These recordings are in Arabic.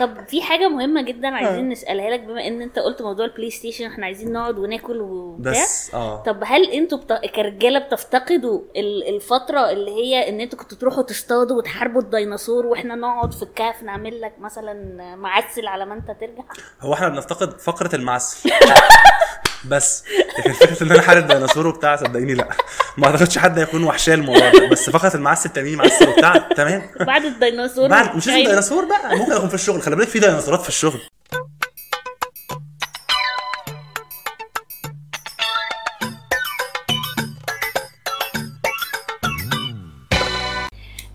طب في حاجة مهمة جدا عايزين نسألها لك بما ان انت قلت موضوع البلاي ستيشن احنا عايزين نقعد وناكل وبتاع بس اه إيه؟ طب هل انتوا بت... كرجاله بتفتقدوا ال- الفتره اللي هي ان انتوا كنتوا تروحوا تصطادوا وتحاربوا الديناصور واحنا نقعد في الكهف نعمل لك مثلا معسل على ما انت ترجع هو احنا بنفتقد فقره المعسل بس لكن فكره ان انا حارب ديناصور وبتاع صدقيني لا ما اعتقدش حد هيكون وحشاه الموضوع ده بس فقره المعسل بتعمليني معسل وبتاع تمام بعد الديناصور بعد مش لازم أيوة. ديناصور بقى ممكن اكون في الشغل خلي بالك في ديناصورات في الشغل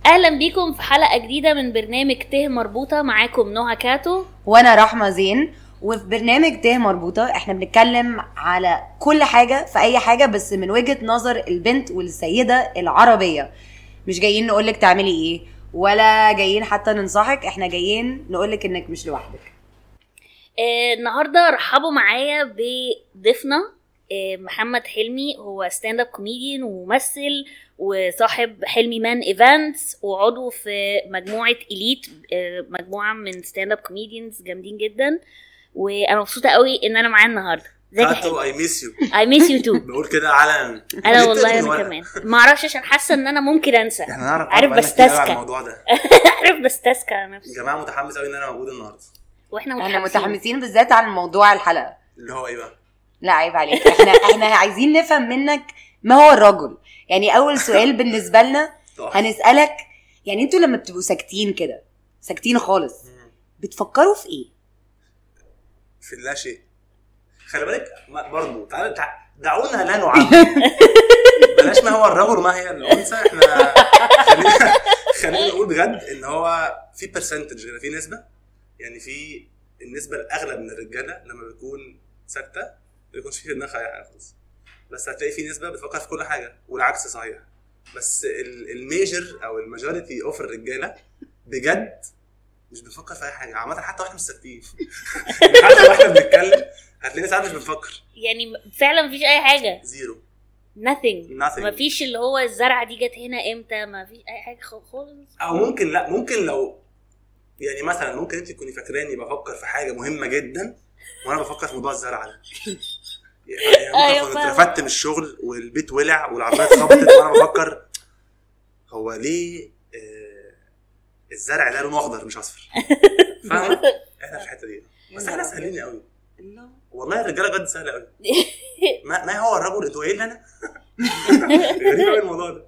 اهلا بيكم في حلقه جديده من برنامج ته مربوطه معاكم نهى كاتو وانا رحمه زين وفي برنامج تاه مربوطه احنا بنتكلم على كل حاجه في اي حاجه بس من وجهه نظر البنت والسيده العربيه مش جايين نقولك تعملي ايه ولا جايين حتى ننصحك احنا جايين نقولك انك مش لوحدك آه، النهارده رحبوا معايا بضيفنا آه، محمد حلمي هو ستاند اب كوميديان وممثل وصاحب حلمي مان ايفنتس وعضو في مجموعه اليت آه، مجموعه من ستاند اب كوميديانز جامدين جدا وانا مبسوطه قوي ان انا معاه النهارده ازيك يا حلمي اي ميس يو اي ميس يو تو بقول كده علنا انا والله انا كمان ما اعرفش عشان حاسه ان انا ممكن انسى احنا نعرف عارف بقالنا كتير قوي على بستسكى. الموضوع ده عارف بستسكى على نفسي الجماعه متحمس قوي ان انا موجود النهارده واحنا احنا متحمسين, متحمسين بالذات عن موضوع الحلقه اللي هو ايه بقى؟ لا عيب عليك احنا احنا عايزين نفهم منك ما هو الرجل يعني اول سؤال بالنسبه لنا هنسالك يعني انتوا لما بتبقوا ساكتين كده ساكتين خالص بتفكروا في ايه في لا شيء خلي بالك ما- برضو تعال تع- دعونا لا نعمم بلاش ما هو الرجل ما هي الانثى احنا خلينا خلينا نقول بجد ان هو في برسنتج هنا في نسبه يعني في النسبه الاغلب من الرجاله لما بتكون ساكته ما بيكونش في دماغها حاجه خالص بس هتلاقي في نسبه بتفكر في كل حاجه والعكس صحيح بس ال- الميجر او الماجوريتي اوف الرجاله بجد مش بنفكر في اي حاجه عامه حتى واحنا مش ساكتين يعني حتى واحنا بنتكلم هتلاقينا ساعات مش بنفكر يعني فعلا مفيش اي حاجه زيرو nothing ما nothing فيش اللي هو الزرعه دي جت هنا امتى ما فيش اي حاجه خ- خالص او ممكن لا ممكن لو يعني مثلا ممكن انت تكوني فاكراني بفكر في حاجه مهمه جدا وانا بفكر في موضوع الزرع ده يعني أيوة ممكن أكون فاهمة. اترفدت من الشغل والبيت ولع والعربيه اتخبطت وانا بفكر هو ليه آه، الزرع ده لونه اخضر مش اصفر فاهمه احنا في الحته دي بس احنا سهلين قوي اه، والله الرجاله بجد سهله قوي ما, ما هو الرجل انتوا ايه اللي انا؟ غريب قوي الموضوع ده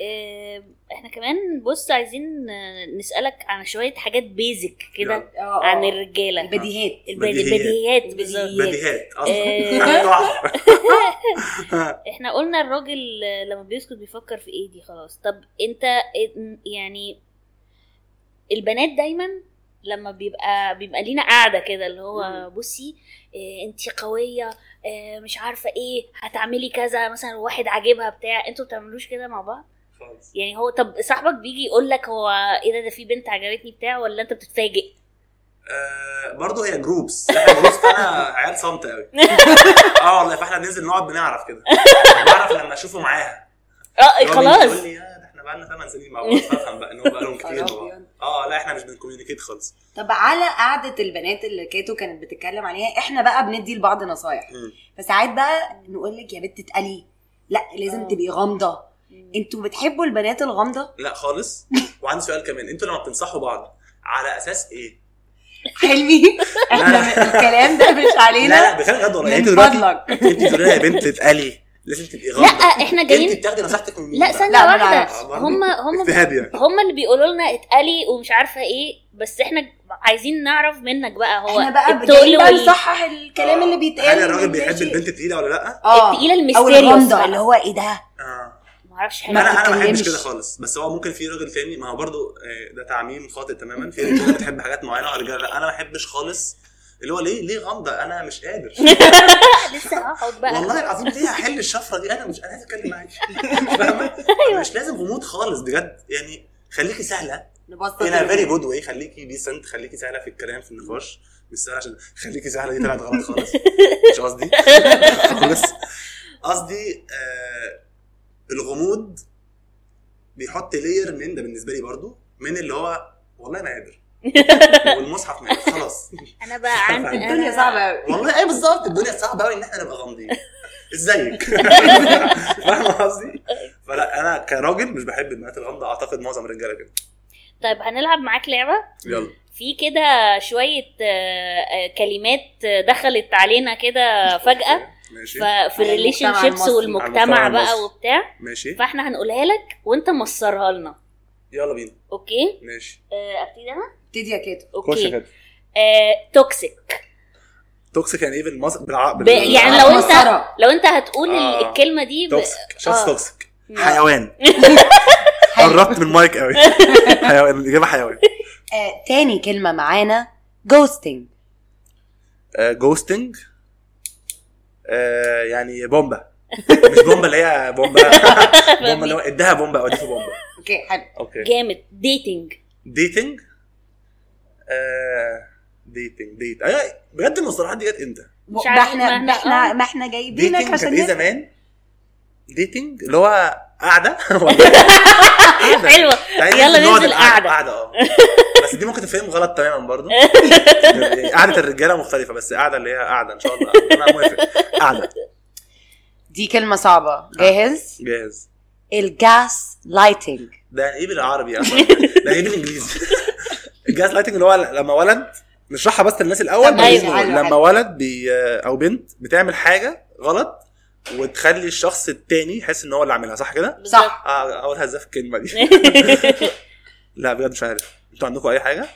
آه، احنا كمان بص عايزين آه، نسالك عن شويه حاجات بيزك كده يلا. عن الرجاله اه، البديهات الب- بديهيات. البديهات بالظبط بديهات اصلا إيه. تحفة. احنا قلنا الراجل آه، لما بيسكت بيفكر في ايه دي خلاص طب انت إن- يعني البنات دايما لما بيبقى بيبقى لينا قاعده كده اللي هو بصي إيه انت قويه إيه مش عارفه ايه هتعملي كذا مثلا واحد عاجبها بتاع انتوا بتعملوش كده مع بعض خالص. يعني هو طب صاحبك بيجي يقول لك هو ايه ده ده في بنت عجبتني بتاع ولا انت بتتفاجئ آه، برضه هي جروبس احنا جروبس فانا عيال صامته قوي اه والله فاحنا بننزل نقعد بنعرف كده بعرف لما اشوفه معاها اه هو بيجي خلاص يقول لي يا ده احنا بقالنا ثمان سنين مع بعض فافهم بقى ان هو بقالهم كتير مع بعض اه لا احنا مش بنكوميونيكيت خالص طب على قعدة البنات اللي كاتو كانت بتتكلم عليها احنا بقى بندي لبعض نصايح مم. فساعات بقى نقول لك يا بنت اتقلي لا لازم آه. تبقي غامضة انتوا بتحبوا البنات الغامضة لا خالص وعندي سؤال كمان انتوا لما بتنصحوا بعض على اساس ايه؟ حلمي احنا لا. الكلام ده مش إيه لا علينا لا بخير غد والله يعني انت من دلوقتي فضلك انت بتقولي لها يا بنت اتقلي لازم تبقي لا غامضه احنا انت جايين بتاخدي نصيحتك من مين لا بقى؟ آه، ثانيه لا، ما واحده نعرفش. هم هم اجتهاد يعني هما اللي بيقولوا لنا اتقلي ومش عارفه ايه بس احنا عايزين نعرف منك بقى هو احنا بقى يعني التقل جايين بقى وال- نصحح الكلام اللي بيتقال اه. آه. هل الراجل من بيحب شيء. البنت التقيله ولا لا؟ اه التقيله او الميستيريوس الغامضة بقى. اللي هو ايه ده آه. معرفش ما حاجه انا انا ما بحبش تتكلمش. كده خالص بس هو ممكن في راجل تاني ما هو برضو آه، ده تعميم خاطئ تماما في رجاله بتحب حاجات معينه ورجاله لا انا ما بحبش خالص اللي هو ليه ليه غامضه انا مش قادر لسه هقعد بقى والله العظيم ليه هحل الشفره دي انا مش انا عايز اتكلم معاك فاهمه مش لازم غموض خالص بجد يعني خليكي سهله نبسط هنا فيري الدنيا. جود واي خليكي ديسنت خليكي سهله في الكلام في النقاش مش سهله عشان خليكي سهله دي طلعت غلط خالص مش قصدي خالص قصدي آه الغموض بيحط لير من ده بالنسبه لي برضو من اللي هو والله ما قادر والمصحف مات خلاص انا بقى عندي الدنيا أنا- صعبه قوي والله ايه بالظبط الدنيا صعبه قوي ان احنا نبقى غامضين ازيك فاهم قصدي؟ فلا انا كراجل مش بحب البنات الغامضه اعتقد معظم الرجاله كده طيب هنلعب معاك لعبه يلا في كده شويه آه، آه، كلمات آه، دخلت علينا كده فجاه ماشي ف- في على الريليشن المجتمع شيبس المصري. على والمجتمع المجتمع بقى المصري. وبتاع ماشي فاحنا هنقولها لك وانت مصرها لنا يلا بينا اوكي ماشي آه، ابتدي انا ابتدي يا كاتو خش اوكي كده آه، توكسيك توكسيك يعني ايه بالمص... بالع... ب- يعني لو انت مسخرة. لو انت هتقول ال- آه. الكلمه دي ب... توكسيك شخص آه. توكسيك مم. حيوان قربت من المايك قوي حيوان الاجابه حيوان آه، تاني كلمه معانا جوستنج آه، جوستنج يعني بومبا مش بومبا اللي هي بومبا بومبا اللي هو اداها بومبا او في بومبا اوكي حلو اوكي جامد ديتنج ديتنج آه، ديتنج ديت آه، بجد المصطلحات دي جت امتى؟ مش ما عارف ما احنا ما احنا- احنا ما احنا جايبينك ديتنج عشان كان ايه نسأل. زمان؟ ديتنج اللي هو قاعده آه، حلوه تعالي يلا يعني نقعد ننزل قاعده قاعده قاعده اه بس دي ممكن تفهم غلط تماما برضه يعني قعده الرجاله مختلفه بس قاعده اللي هي قاعده ان شاء الله انا موافق قاعده دي كلمه صعبه جاهز جاهز الجاس لايتنج ده ايه بالعربي اصلا ده ايه بالانجليزي الجاز لايتنج اللي هو لما ولد نشرحها بس للناس الاول طب بعدين أيوة، نقول. حلو، لما حلو. ولد بي او بنت بتعمل حاجه غلط وتخلي الشخص التاني يحس ان هو اللي عاملها صح كده؟ صح اه اول هزاف الكلمه دي لا بجد مش عارف انتوا عندكم اي حاجه؟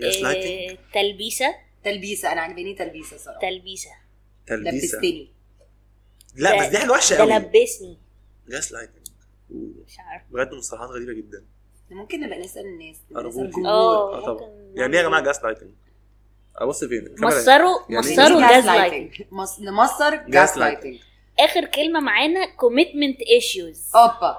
جاز لايتنج آه، تلبيسه تلبيسه انا عجباني تلبيسه صراحه تلبيسه تلبيسه لبستني لا بس دي حاجه وحشه ده قوي لبسني جاز لايتنج مش عارف بجد مصطلحات غريبه جدا ممكن نبقى نسال الناس نبقى نسأل ارجوكم الناس. آه، آه طبعا ممكن يعني ايه يا جماعه جاس لايتنج ابص فين الكاميرا هنا. مصروا يعني إيه؟ مصروا مصروا جاز لايتنج مص- نمصر جاز لايتنج gaslighting. اخر كلمه معانا كوميتمنت آه. ايشوز اوبا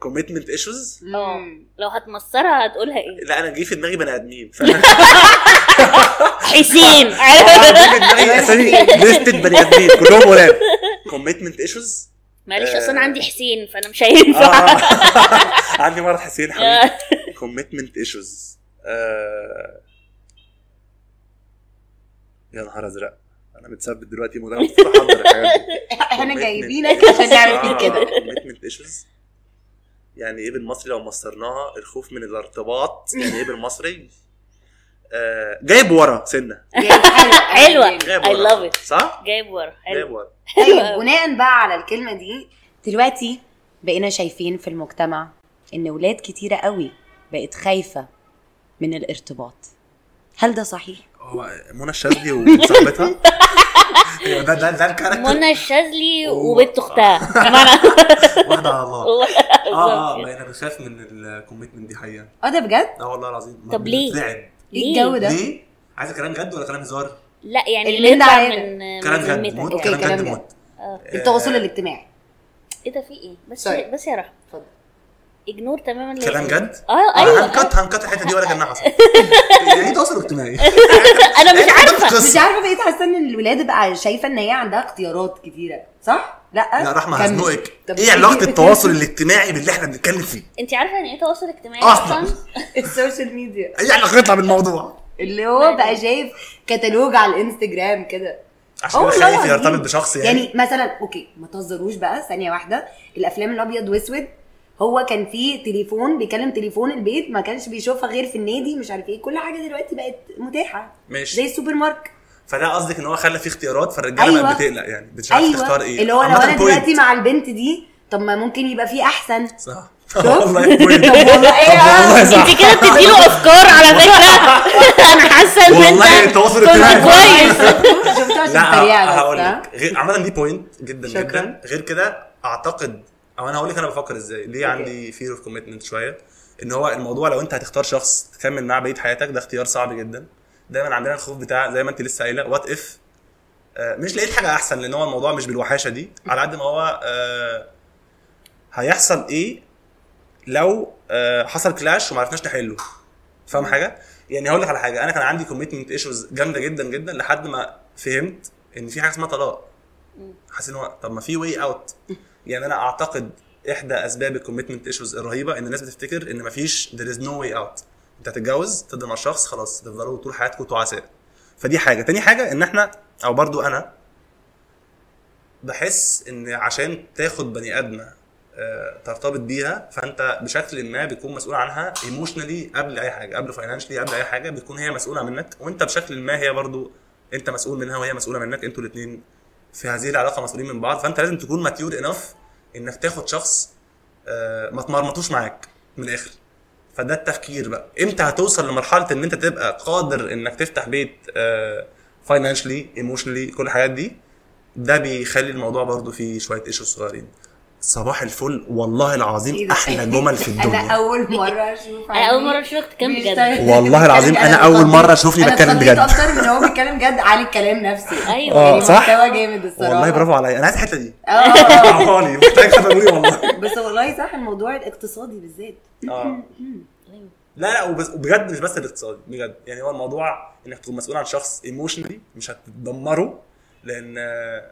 كوميتمنت ايشوز مم. لو هتمصرها هتقولها ايه لا انا جه في دماغي بني ادمين ف- آه، حسين جه في دماغي اسامي ليستد بني ادمين كلهم ولاد كوميتمنت ايشوز معلش آه. اصلا عندي حسين فانا مش هينفع آه، عندي مرض حسين حبيبي كوميتمنت ايشوز يا نهار ازرق انا متثبت دلوقتي مدام متحضر الحاجات دي احنا commitment. جايبينك عشان نعرف كده كوميتمنت ايشوز يعني ايه بالمصري لو مصرناها الخوف من الارتباط يعني ايه بالمصري آه جايب ورا سنه حلوة. جايب I ورا love it. صح جايب ورا حلو. جايب ورا حلوة. طيب بناء بقى على الكلمه دي دلوقتي بقينا شايفين في المجتمع ان ولاد كتيره قوي بقت خايفه من الارتباط هل ده صحيح هو منى الشاذلي وصاحبتها ده ده ده الكاركتر منى الشاذلي أوه. آه. وبنت اختها بمعنى واحده على الله اه اه بالظبط. ما انا بخاف من الكوميتمنت دي حقيقه اه ده بجد اه والله العظيم طب ليه؟ بترعب. ايه ليه؟ الجو ده ليه؟ عايز كلام جد ولا كلام هزار؟ لا يعني اللي اللي انت يطلع عايزه. من من كلام جد ذمتك موت أوكي، يعني. كلام كلام جد جد. موت آه. التواصل الاجتماعي ايه ده في ايه بس Sorry. بس يا رحمه اتفضل اجنور تماما اللي- طيب. كلام جد؟ آه، اه أيوة. انا ايوه هنكت هنكت الحته دي ولا كانها حصلت يعني ايه تواصل اجتماعي؟ انا مش عارفه مش عارفه بقيت حاسه ان الولاد بقى شايفه ان هي عندها اختيارات كتيره صح لا لا رحمه كمل. هزنقك طب إيه ايه علاقه بتحبي- التواصل الاجتماعي باللي احنا بنتكلم فيه؟ انت عارفه يعني ايه تواصل اجتماعي أصلاً. السوشيال ميديا ايه علاقتنا بالموضوع؟ اللي هو بقى شايف كتالوج على الانستجرام كده عشان آه انا والله خايف العظيم. يرتبط بشخص يعني يعني مثلا اوكي ما تهزروش بقى ثانيه واحده الافلام الابيض واسود هو كان في تليفون بيكلم تليفون البيت ما كانش بيشوفها غير في النادي مش عارف ايه كل حاجه دلوقتي بقت متاحه زي ماشي السوبر ماركت فده قصدك ان هو خلى فيه اختيارات فالرجاله أيوة. بقت بتقلق يعني مش عارفه تختار ايه اللي هو لو عامة انا point. دلوقتي مع البنت دي طب ما ممكن يبقى في احسن صح شوف؟ والله طب point. والله طب ايه والله آه. صح. انت كده بتديله افكار على فكره انا حاسه ان انت والله التواصل كنت الاجتماعي كويس شفتها عشان سريعة لا بس، هقول ها؟ لك غير عامه دي بوينت جدا شكراً. جدا غير كده اعتقد او انا هقول لك انا بفكر ازاي ليه أوكي. عندي فير اوف كوميتمنت شويه ان هو الموضوع لو انت هتختار شخص تكمل معاه بقيه حياتك ده اختيار صعب جدا دايما عندنا الخوف بتاع زي ما انت لسه قايله وات اف آه، مش لقيت حاجه احسن لان هو الموضوع مش بالوحاشه دي على قد ما هو آه، هيحصل ايه لو آه، حصل كلاش وما عرفناش نحله فاهم حاجه يعني هقول لك على حاجه انا كان عندي كوميتمنت ايشوز جامده جدا جدا لحد ما فهمت ان في حاجه اسمها طلاق حاسس ان هو طب ما في واي اوت يعني انا اعتقد احدى اسباب الكوميتمنت ايشوز الرهيبه ان الناس بتفتكر ان مفيش there is no way out انت هتتجوز تبدا مع شخص خلاص تفضلوا طول حياتكم تعساء فدي حاجه تاني حاجه ان احنا او برضو انا بحس ان عشان تاخد بني ادمه آه، ترتبط بيها فانت بشكل ما بتكون مسؤول عنها ايموشنالي قبل اي حاجه قبل فاينانشلي قبل اي حاجه بتكون هي مسؤوله منك وانت بشكل ما هي برضو انت مسؤول منها وهي مسؤوله منك انتوا الاثنين في هذه العلاقه مسؤولين من بعض فانت لازم تكون ماتيور انف انك تاخد شخص آه، ما تمرمطوش معاك من الاخر فده التفكير بقى امتى هتوصل لمرحله ان انت تبقى قادر انك تفتح بيت فاينانشلي ايموشنالي كل الحاجات دي ده بيخلي الموضوع برضو فيه شويه ايشو صغيرين صباح الفل والله إيه العظيم ده؟ احلى جمل في انا الدنيا اول مره اشوف انا اول مره اشوفك تتكلم مش بجد طايق- والله العظيم أنا أول اتخضيت- مرة أشوفني أنا بتكلم اتخضيت بجد. اكتر من هو بيتكلم جد علي الكلام نفسي ايوه آه، يعني صح. محتوى جامد الصراحه والله برافو عليا انا عايز الحته دي اه عرفاني محتاج حد أقوله والله بس والله صح الموضوع الاقتصادي بالذات اه لا لا وبس- وبجد مش بس الاقتصادي بجد يعني هو الموضوع انك تكون مسؤول عن شخص ايموشنالي مش هتدمره لان آه،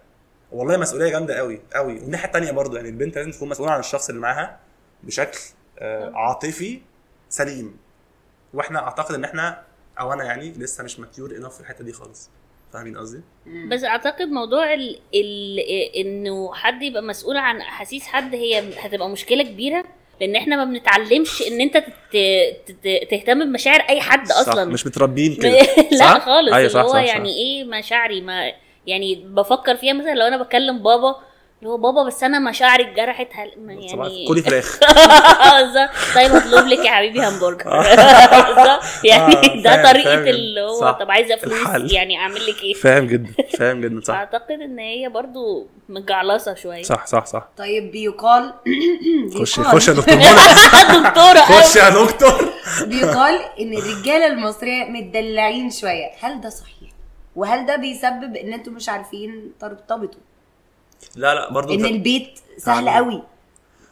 والله مسؤوليه جامده قوي قوي والناحيه الثانيه برضو يعني البنت لازم تكون مسؤوله عن الشخص اللي معاها بشكل آه، عاطفي سليم واحنا اعتقد ان احنا او انا يعني لسه مش ماتيور انف في الحته دي خالص فاهمين قصدي؟ مم. بس اعتقد موضوع ال... ال... انه حد يبقى مسؤول عن احاسيس حد هي هتبقى مشكله كبيره لان احنا ما بنتعلمش ان انت تت... تت... تهتم بمشاعر اي حد اصلا متربيين لا صح؟ خالص أيوة اللي صح، هو صح، يعني ايه مشاعري ما يعني بفكر فيها مثلا لو انا بكلم بابا اللي هو بابا بس انا مشاعري اتجرحت هل... ما يعني كلي فراخ بالظبط. طيب هطلب لك يا حبيبي همبرجر آه. بالظبط. يعني آه، ده فاهم، طريقه فاهم. اللي هو صح. طب عايزه فلوس الحل. يعني اعمل لك ايه فاهم جدا فاهم جدا اعتقد ان هي برضو متجعلصه شويه صح صح صح طيب بيقال خش بيقال- خش يا دكتور منى دكتوره خش يا دكتور بيقال ان الرجاله المصريه متدلعين شويه هل ده صحيح وهل ده بيسبب ان انتوا مش عارفين ترتبطوا لا لا برضو ان أنت- البيت سهل تعالى. قوي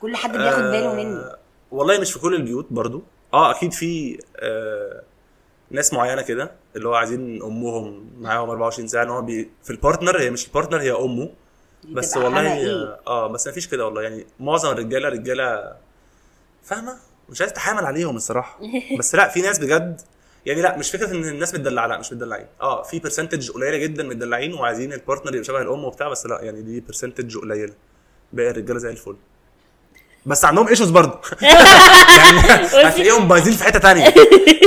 كل حد بياخد باله يعني آه، مني والله مش في كل البيوت برضو اه اكيد في آه ناس معينه كده اللي هو عايزين امهم معاهم 24 ساعه ان هو بي... في البارتنر هي مش البارتنر هي امه بس بتبقى والله حالها إيه؟ ايه اه بس مفيش كده والله يعني معظم الرجاله رجاله فاهمه مش عايز اتحامل عليهم الصراحه بس لا في ناس بجد يعني لا مش فكره ان الناس متدلعه لا مش متدلعين اه في برسنتج قليله جدا متدلعين وعايزين البارتنر يبقى شبه الام وبتاع بس لا يعني دي برسنتج قليله باقي الرجاله زي الفل بس عندهم ايشوز برضه يعني هتلاقيهم بايظين في حته تانية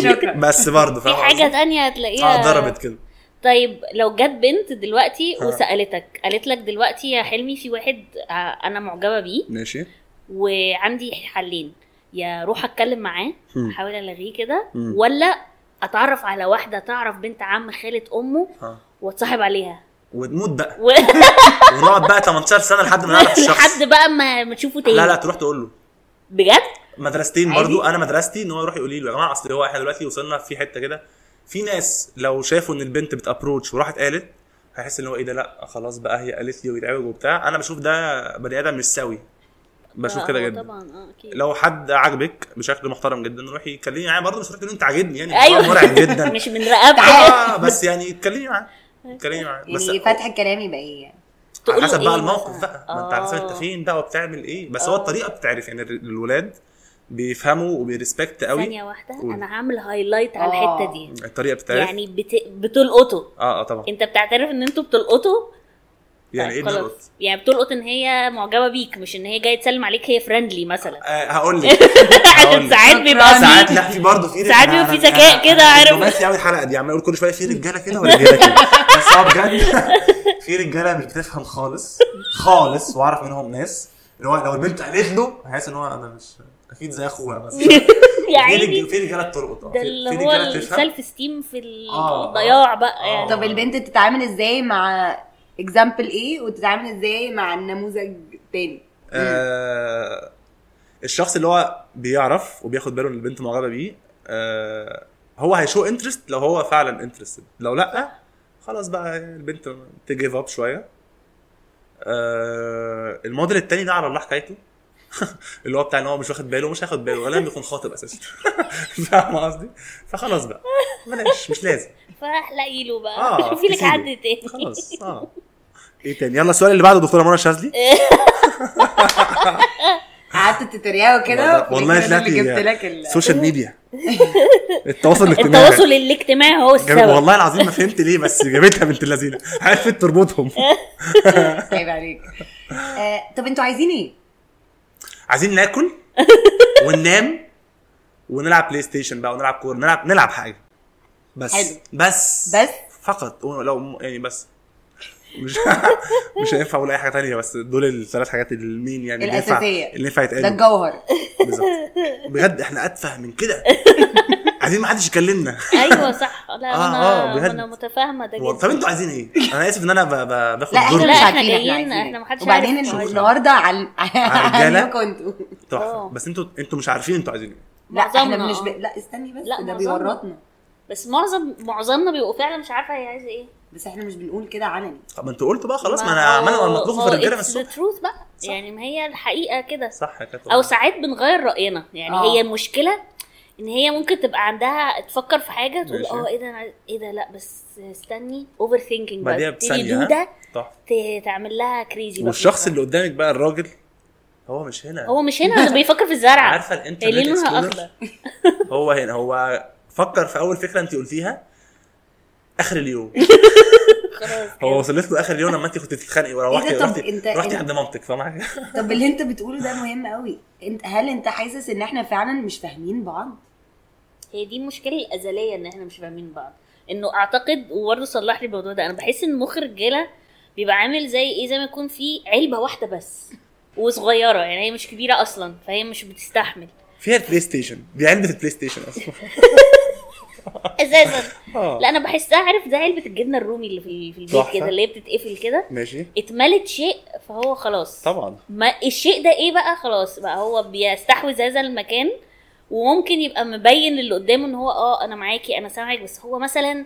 شكرا بس برضه في فاهم حاجه قصدي؟ تانية هتلاقيها اه ضربت كده طيب لو جت بنت دلوقتي آه. وسالتك قالت لك دلوقتي يا حلمي في واحد آه، انا معجبه بيه ماشي وعندي حلين يا اروح اتكلم معاه مم. احاول الغيه كده مم. ولا اتعرف على واحده تعرف بنت عم خاله امه اه واتصاحب عليها وتموت بقى و- ونقعد بقى 18 سنه لحد ما نعرف الشخص لحد بقى ما ما تشوفه تاني لا لا تروح تقول له بجد مدرستين عادي. برضو انا مدرستي ان هو يروح يقول لي له يا جماعه اصل هو احنا دلوقتي وصلنا في حته كده في ناس لو شافوا ان البنت بتابروتش وراحت قالت هيحس ان هو ايه ده لا خلاص بقى هي قالت لي ويتعوج وبتاع انا بشوف ده بني ادم مش سوي آه، بشوف آه، كده جدا طبعا اه اكيد لو حد عجبك بشكل محترم جدا روحي اتكلمي معاه برضه مش هتقولي انت عاجبني يعني أيوة. الموضوع مرعب جدا مش من رقبتك آه بس يعني اتكلمي معاه اتكلمي معاه بس يعني فتح الكلام يبقى ايه يعني تقول على له حسب بقى إيه الموقف مثلاً؟ بقى ما انت على حسب انت آه. فين بقى وبتعمل ايه بس هو آه. الطريقه بتعرف يعني ال- الولاد بيفهموا وبيرسبكت قوي ثانيه واحده قول. طيب. انا هعمل هايلايت على الحته آه. دي الطريقه بتعرف يعني بت... بتلقطه اه اه طبعا انت بتعترف ان انتوا بتلقطه يعني ايه طيب خلاص. بنقط؟ يعني بتلقط ان هي معجبه بيك مش ان هي جايه تسلم عليك هي فريندلي مثلا آه هقول لك عشان هقول لك. ساعات بيبقى ساعات في- لا في برضه في ساعات بيبقى في ذكاء كده، عارف؟ بس يعمل الحلقه دي عمال يقول كل شويه في رجاله كده ورجاله كده بس هو بجد في رجاله مش بتفهم خالص خالص واعرف منهم ناس اللي هو لو البنت قالت له هيحس ان هو انا مش اكيد زي اخوها بس في يا رج- عيني في رجاله بترقط آه. ده في- في اللي هو رجالة بتفهم. السيلف ستيم في آه. الضياع بقى آه. يعني طب البنت تتعامل ازاي مع اكزامبل ايه وتتعامل ازاي مع النموذج تاني آه، الشخص اللي هو بيعرف وبياخد باله ان البنت معجبه بيه آه، هو هيشو انترست لو هو فعلا انترستد لو لا خلاص بقى البنت تجيف اب شويه آه، الموديل التاني ده على الله حكايته اللي هو بتاع ان هو مش واخد باله مش هياخد باله غالبا بيكون خاطب اساسا فاهم قصدي؟ فخلاص بقى بلاش مش لازم فاحلقي له بقى آه، شوفي لك تسيبه. حد تاني خلاص آه. إيه اه ايه تاني يلا السؤال اللي بعده دكتوره منى الشاذلي قعدت تتريقوا كده والله- والله يعني. أنا اللي طلعتي- جبت لك ال- السوشيال ميديا التواصل الاجتماعي التواصل الاجتماعي هو جاب- السبب والله العظيم ما فهمت ليه بس جابتها بنت اللذينه عرفت تربطهم عيب عليك آه، طب انتوا عايزين ايه؟ عايزين ناكل وننام ونلعب بلاي ستيشن بقى ونلعب كوره نلعب نلعب حاجه بس حلو. بس بس؟ فقط لو يعني بس مش مش هينفع اقول اي حاجه تانية بس دول الثلاث حاجات اللي مين يعني اللي ينفع- الأساسية. اللي ينفع ده يتقال الجوهر بالظبط بجد احنا اتفه من كده عايزين ما حدش يكلمنا ايوه صح لا آه، انا آه، بجد. انا متفاهمه ده هو- جدا طب انتوا عايزين ايه؟ انا اسف ان انا ب... ب... باخد لا احنا دور مش لا، احنا عارفين جايين، عايزين إيه. احنا محدش وبعدين عارف إنه إنتوا عايز إيه. النهارده على الرجالة؟ عليكم انتوا تحفه اه. آه. بس انتوا انتوا مش عارفين انتوا عايزين ايه لا احنا معظمنا، مش ب... آه. لا استني بس لا، ده معظمنا. بيورطنا بس معظم معظمنا بيبقوا فعلا مش عارفه هي عايزه ايه بس احنا مش بنقول كده علني طب ما انتوا قلتوا بقى خلاص ما انا ما آه، انا مطلوب اه، في الرجاله بس التروث بقى يعني ما هي الحقيقه كده صح يا كابتن او ساعات بنغير راينا يعني آه. آه. هي المشكله ان هي ممكن تبقى عندها تفكر في حاجه تقول ماشي. اه ايه ده أنا عايز- ايه ده لا بس استني اوفر ثينكينج بعديها بقى تيجي بثانيه دوده ها؟ تحفه ت- تعمل لها كريزي والشخص اللي قدامك بقى الراجل هو مش هنا هو مش هنا اللي بيفكر في الزرع عارفه هي ليه الانترنت لونها explorer؟ اخضر هو هنا هو فكر في اول فكره انت قلتيها اخر اليوم خلاص هو وصلت له اخر اليوم لما انت كنت بتتخانقي وروحتي إيه ده؟ طب رحتي أنت- رحتي أنت- عند مامتك فاهمه حاجه؟ طب اللي انت بتقوله ده مهم قوي انت هل انت حاسس ان احنا فعلا مش فاهمين بعض؟ هي دي المشكله الازليه ان احنا مش فاهمين بعض انه اعتقد وبرضه صلح لي الموضوع ده انا بحس ان مخ الرجاله بيبقى عامل زي ايه زي ما يكون في علبه واحده بس وصغيره يعني هي مش كبيره اصلا فهي مش بتستحمل فيها البلاي ستيشن دي علبه البلاي ستيشن اصلا اساسا آه. لا انا بحسها عارف زي علبه الجبنه الرومي اللي في في البيت تحفة. كده اللي هي بتتقفل كده ماشي اتملت شيء فهو خلاص طبعا ما الشيء ده ايه بقى خلاص بقى هو بيستحوذ هذا المكان وممكن يبقى مبين للي قدامه ان هو اه انا معاكي انا سامعك بس هو مثلا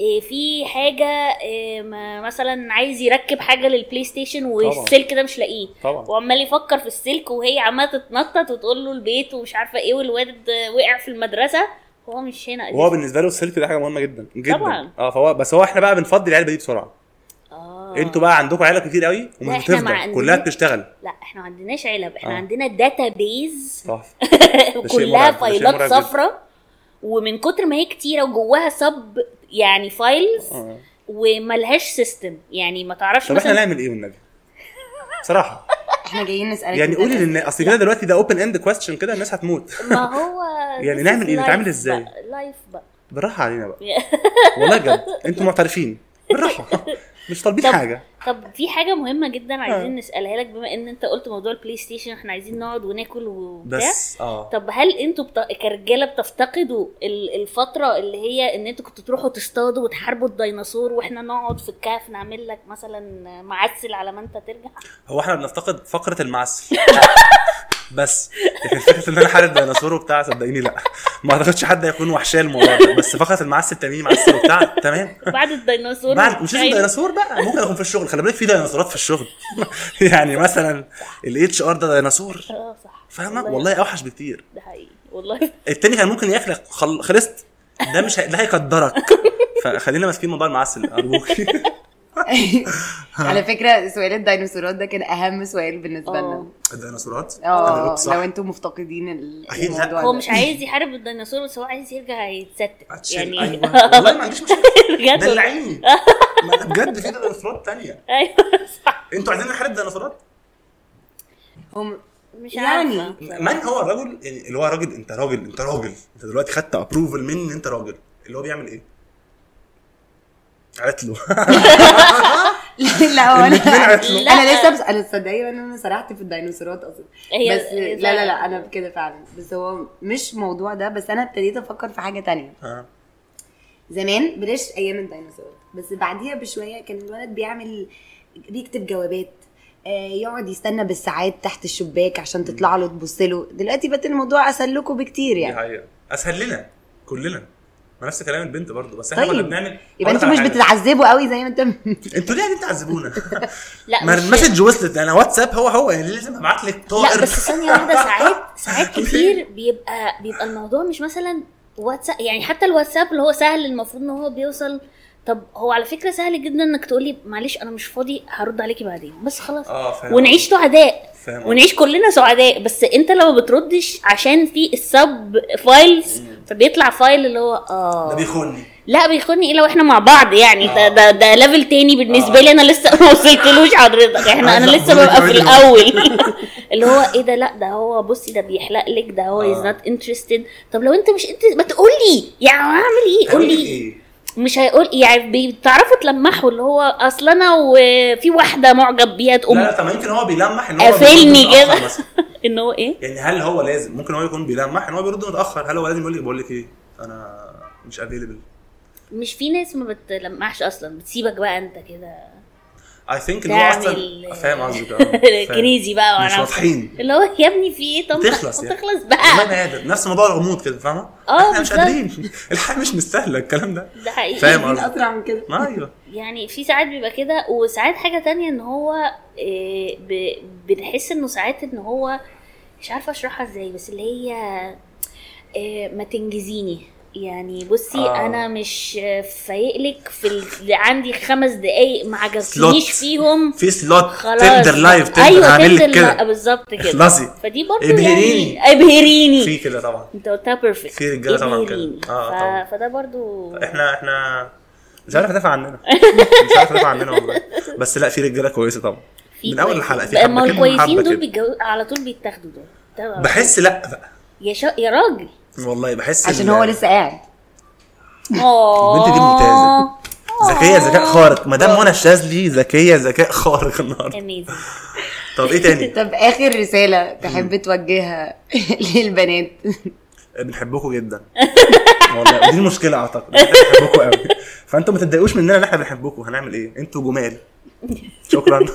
إيه في حاجه إيه ما- مثلا عايز يركب حاجه للبلاي ستيشن والسلك ده مش لاقيه طبعا وعمال يفكر في السلك وهي عماله تتنطط وتقول له البيت ومش عارفه ايه والواد وقع في المدرسه هو مش هنا وهو بالنسبه له السلك ده حاجه مهمه جدا جدا طبعاً. اه فهو بس هو احنا بقى بنفضي العلبه دي بسرعه آه. انتوا بقى عندكم عيله كتير قوي لا، إحنا ومش مع بتفضى عندنا- كلها بتشتغل لا احنا ما عندناش علب احنا آه. آه. عندنا داتا بيز صح شيء كلها مرعب، ده شيء فايلات مرعب جداً. صفراء ومن كتر ما هي كتيره وجواها سب يعني فايلز آه. وملهاش سيستم يعني ما تعرفش طب احنا مثلا نعمل ايه والنبي؟ بصراحه احنا جايين نسالك يعني انت قولي بس. للناس اصل كده دلوقتي ده اوبن اند كويستشن كده الناس هتموت ما هو يعني نعمل إيه؟ نتعامل إزاي؟ لايف بقى بالراحه علينا بقى والله بجد انتوا معترفين بالراحه مش طالبين طب- حاجه طب في حاجه مهمه جدا عايزين آه. نسالها لك بما ان انت قلت موضوع البلاي ستيشن احنا عايزين نقعد وناكل وبتاع بس اه طب هل انتوا بت... كرجاله بتفتقدوا ال- الفتره اللي هي ان انتوا كنتوا تروحوا تصطادوا وتحاربوا الديناصور واحنا نقعد في الكهف نعمل لك مثلا معسل على ما انت ترجع هو احنا بنفتقد فقره المعسل بس لكن فكره ان انا حارب ديناصور وبتاع صدقيني لا ما اعتقدش حد هيكون وحشاه الموضوع ده بس فقره المعسل تميني معسل وبتاع تمام بعد الديناصور بعد مش لازم عايز- ديناصور بقى ممكن اكون في الشغل خلي بالك في ديناصورات في الشغل يعني مثلا الاتش ار ده ديناصور اه صح فاهمه والله اوحش بكتير ده حقيقي والله التاني كان ممكن يخلق خل... خلصت ده مش ه... ده هيقدرك فخلينا ماسكين موضوع المعسل ارجوك على فكره سؤال الديناصورات ده كان اهم سؤال بالنسبه لنا اه الديناصورات أنا اه قلت صح. لو انتم مفتقدين ال- أكيد لا. الموضوع هو ده. مش عايز يحارب الديناصور بس هو عايز يرجع يتستت هتشيل- يعني أيوة. والله ما عنديش مشكله بجد والله. دلعيني ما أنا بجد في ديناصورات تانية ايوه صح انتوا عايزين نحارب ديناصورات هم مش يعني. عارفه من هو الراجل يعني اللي هو راجل انت راجل انت راجل انت دلوقتي خدت ابروفل من ان انت راجل اللي هو بيعمل ايه؟ قتله لا هو الاتنين انا عطلوا. انا لسه بس انا تصدقي ان انا سرحت في الديناصورات اصلا هي- بس هي لا لا فعلا. لا انا كده فعلا بس هو مش موضوع ده بس انا ابتديت افكر في حاجه تانية آه. زمان بلاش ايام الديناصورات بس بعديها بشويه كان الولد بيعمل بيكتب جوابات آه، يقعد يستنى بالساعات تحت الشباك عشان تطلع له تبص له دلوقتي بقت الموضوع اسهل لكم بكتير دي يعني حقيقة اسهل لنا كلنا ما نفس كلام البنت برضه بس احنا طيب. كنا بنعمل أقول يبقى لك انتوا مش على حاجة. بتتعذبوا قوي زي ما انت انتوا ليه قاعدين تعذبونا؟ لا ما مش- المسج وصلت انا واتساب هو هو يعني لازم ابعت لك طائر لا بس ثانية واحدة ساعات ساعات كتير بيبقى بيبقى الموضوع مش مثلا واتساب يعني حتى الواتساب اللي هو سهل المفروض ان هو بيوصل طب هو على فكرة سهل جدا انك تقولي معلش انا مش فاضي هرد عليكي بعدين بس خلاص اه فاهم ونعيش سعداء فاهم ونعيش كلنا سعداء بس انت لو ما بتردش عشان في السب فايلز مم. فبيطلع فايل اللي هو ده اه بيخوني لا بيخوني الا واحنا مع بعض يعني ده آه. ده, ده ليفل تاني بالنسبه لي انا لسه ما وصلتلوش حضرتك احنا انا عايز لسه أقولك ببقى في already. الاول اللي هو ايه ده لا ده هو بصي ده بيحلق لك ده هو آه. از نوت انترستد طب لو انت مش انت ما تقولي يعني اعمل ايه قول هقولك لي ايه مش هيقول يعني بتعرفوا تلمحوا اللي هو اصل انا وفي واحده معجب بيها لا تقوم لا طب ما يمكن هو بيلمح ان هو قافلني بيرد متأخر كده. مثلا. ان هو ايه يعني هل هو لازم ممكن هو يكون بيلمح ان هو بيرد متاخر هل هو لازم يقول لك بقول لك ايه انا مش افيلبل مش في ناس ما بتلمحش اصلا بتسيبك بقى انت كده اي ثينك ان هو اصلا تعمل- فاهم قصدك آه. فاهم. كريزي بقى مش وانا واضحين اللي هو يا ابني في ايه طب تخلص يعني. تخلص والله بقى نادر نفس موضوع الغموض كده فاهمه؟ آه، احنا مش بالظبط. قادرين الحياه مش مستاهله الكلام ده ده حقيقي فاهم مين قصدي؟ اسرع من كده ما ايوه يعني في ساعات بيبقى كده وساعات حاجه تانية ان هو إيه، ب- بنحس انه ساعات ان هو مش عارفه اشرحها ازاي بس اللي هي إيه، ما تنجزيني يعني بصي آه. آه. انا مش فايقلك في اللي عندي خمس دقايق ما عجبتنيش Slot. فيهم في سلوت خلاص تندر لايف تندر ايوه هعمل تندر لك لا، كده بالظبط كده اخلصي فدي برضه ابهريني. يعني ابهريني في كده طبعا انت قلتها بيرفكت في رجالة طبعا كده. آه، طبعا. ف... فده برضو احنا احنا مش عارف ادافع عننا مش عارف ادافع عننا والله بس لا في رجاله كويسه طبعا في من اول كويس. الحلقه في بقى ما حبه كده الكويسين حبه دول كده بيتجو... على طول بيتاخدوا دول ده بقى. بحس لا بقى يا شا... يا راجل والله بحس عشان ال- هو لسه قاعد اه البنت دي ممتازة. ذكيه آه. ذكاء خارق مدام منى الشاذلي ذكيه ذكاء خارق النهارده Amazing. طب ايه تاني طب اخر رساله تحب توجهها للبنات بنحبكم جدا والله دي المشكله اعتقد إحنا بنحبكم قوي فانتوا ما تتضايقوش مننا ان احنا بنحبكم هنعمل ايه انتوا جمال شكرا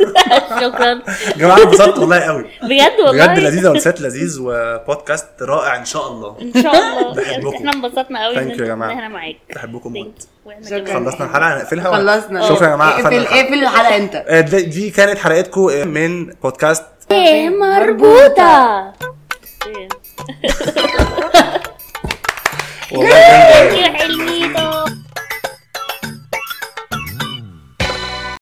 شكرا يا جماعه انبسطت والله قوي بجد والله بجد لذيذه ونسات لذيذ وبودكاست رائع ان شاء الله ان شاء الله بجد بحبكم. احنا انبسطنا قوي Thank ان you انت- يا إن جماعة. احنا معاك بحبكم Thank موت you. وإحنا شكراً. كمان. خلصنا الحلقه هنقفلها ولا؟ خلصنا شكرا يا جماعه اقفل قفلنا الحلقه اقفل الحلقه انت آه، دي- دي كانت حلقتكم آه، من بودكاست ايه مربوطة إيه. والله كان جميل. يا حلمي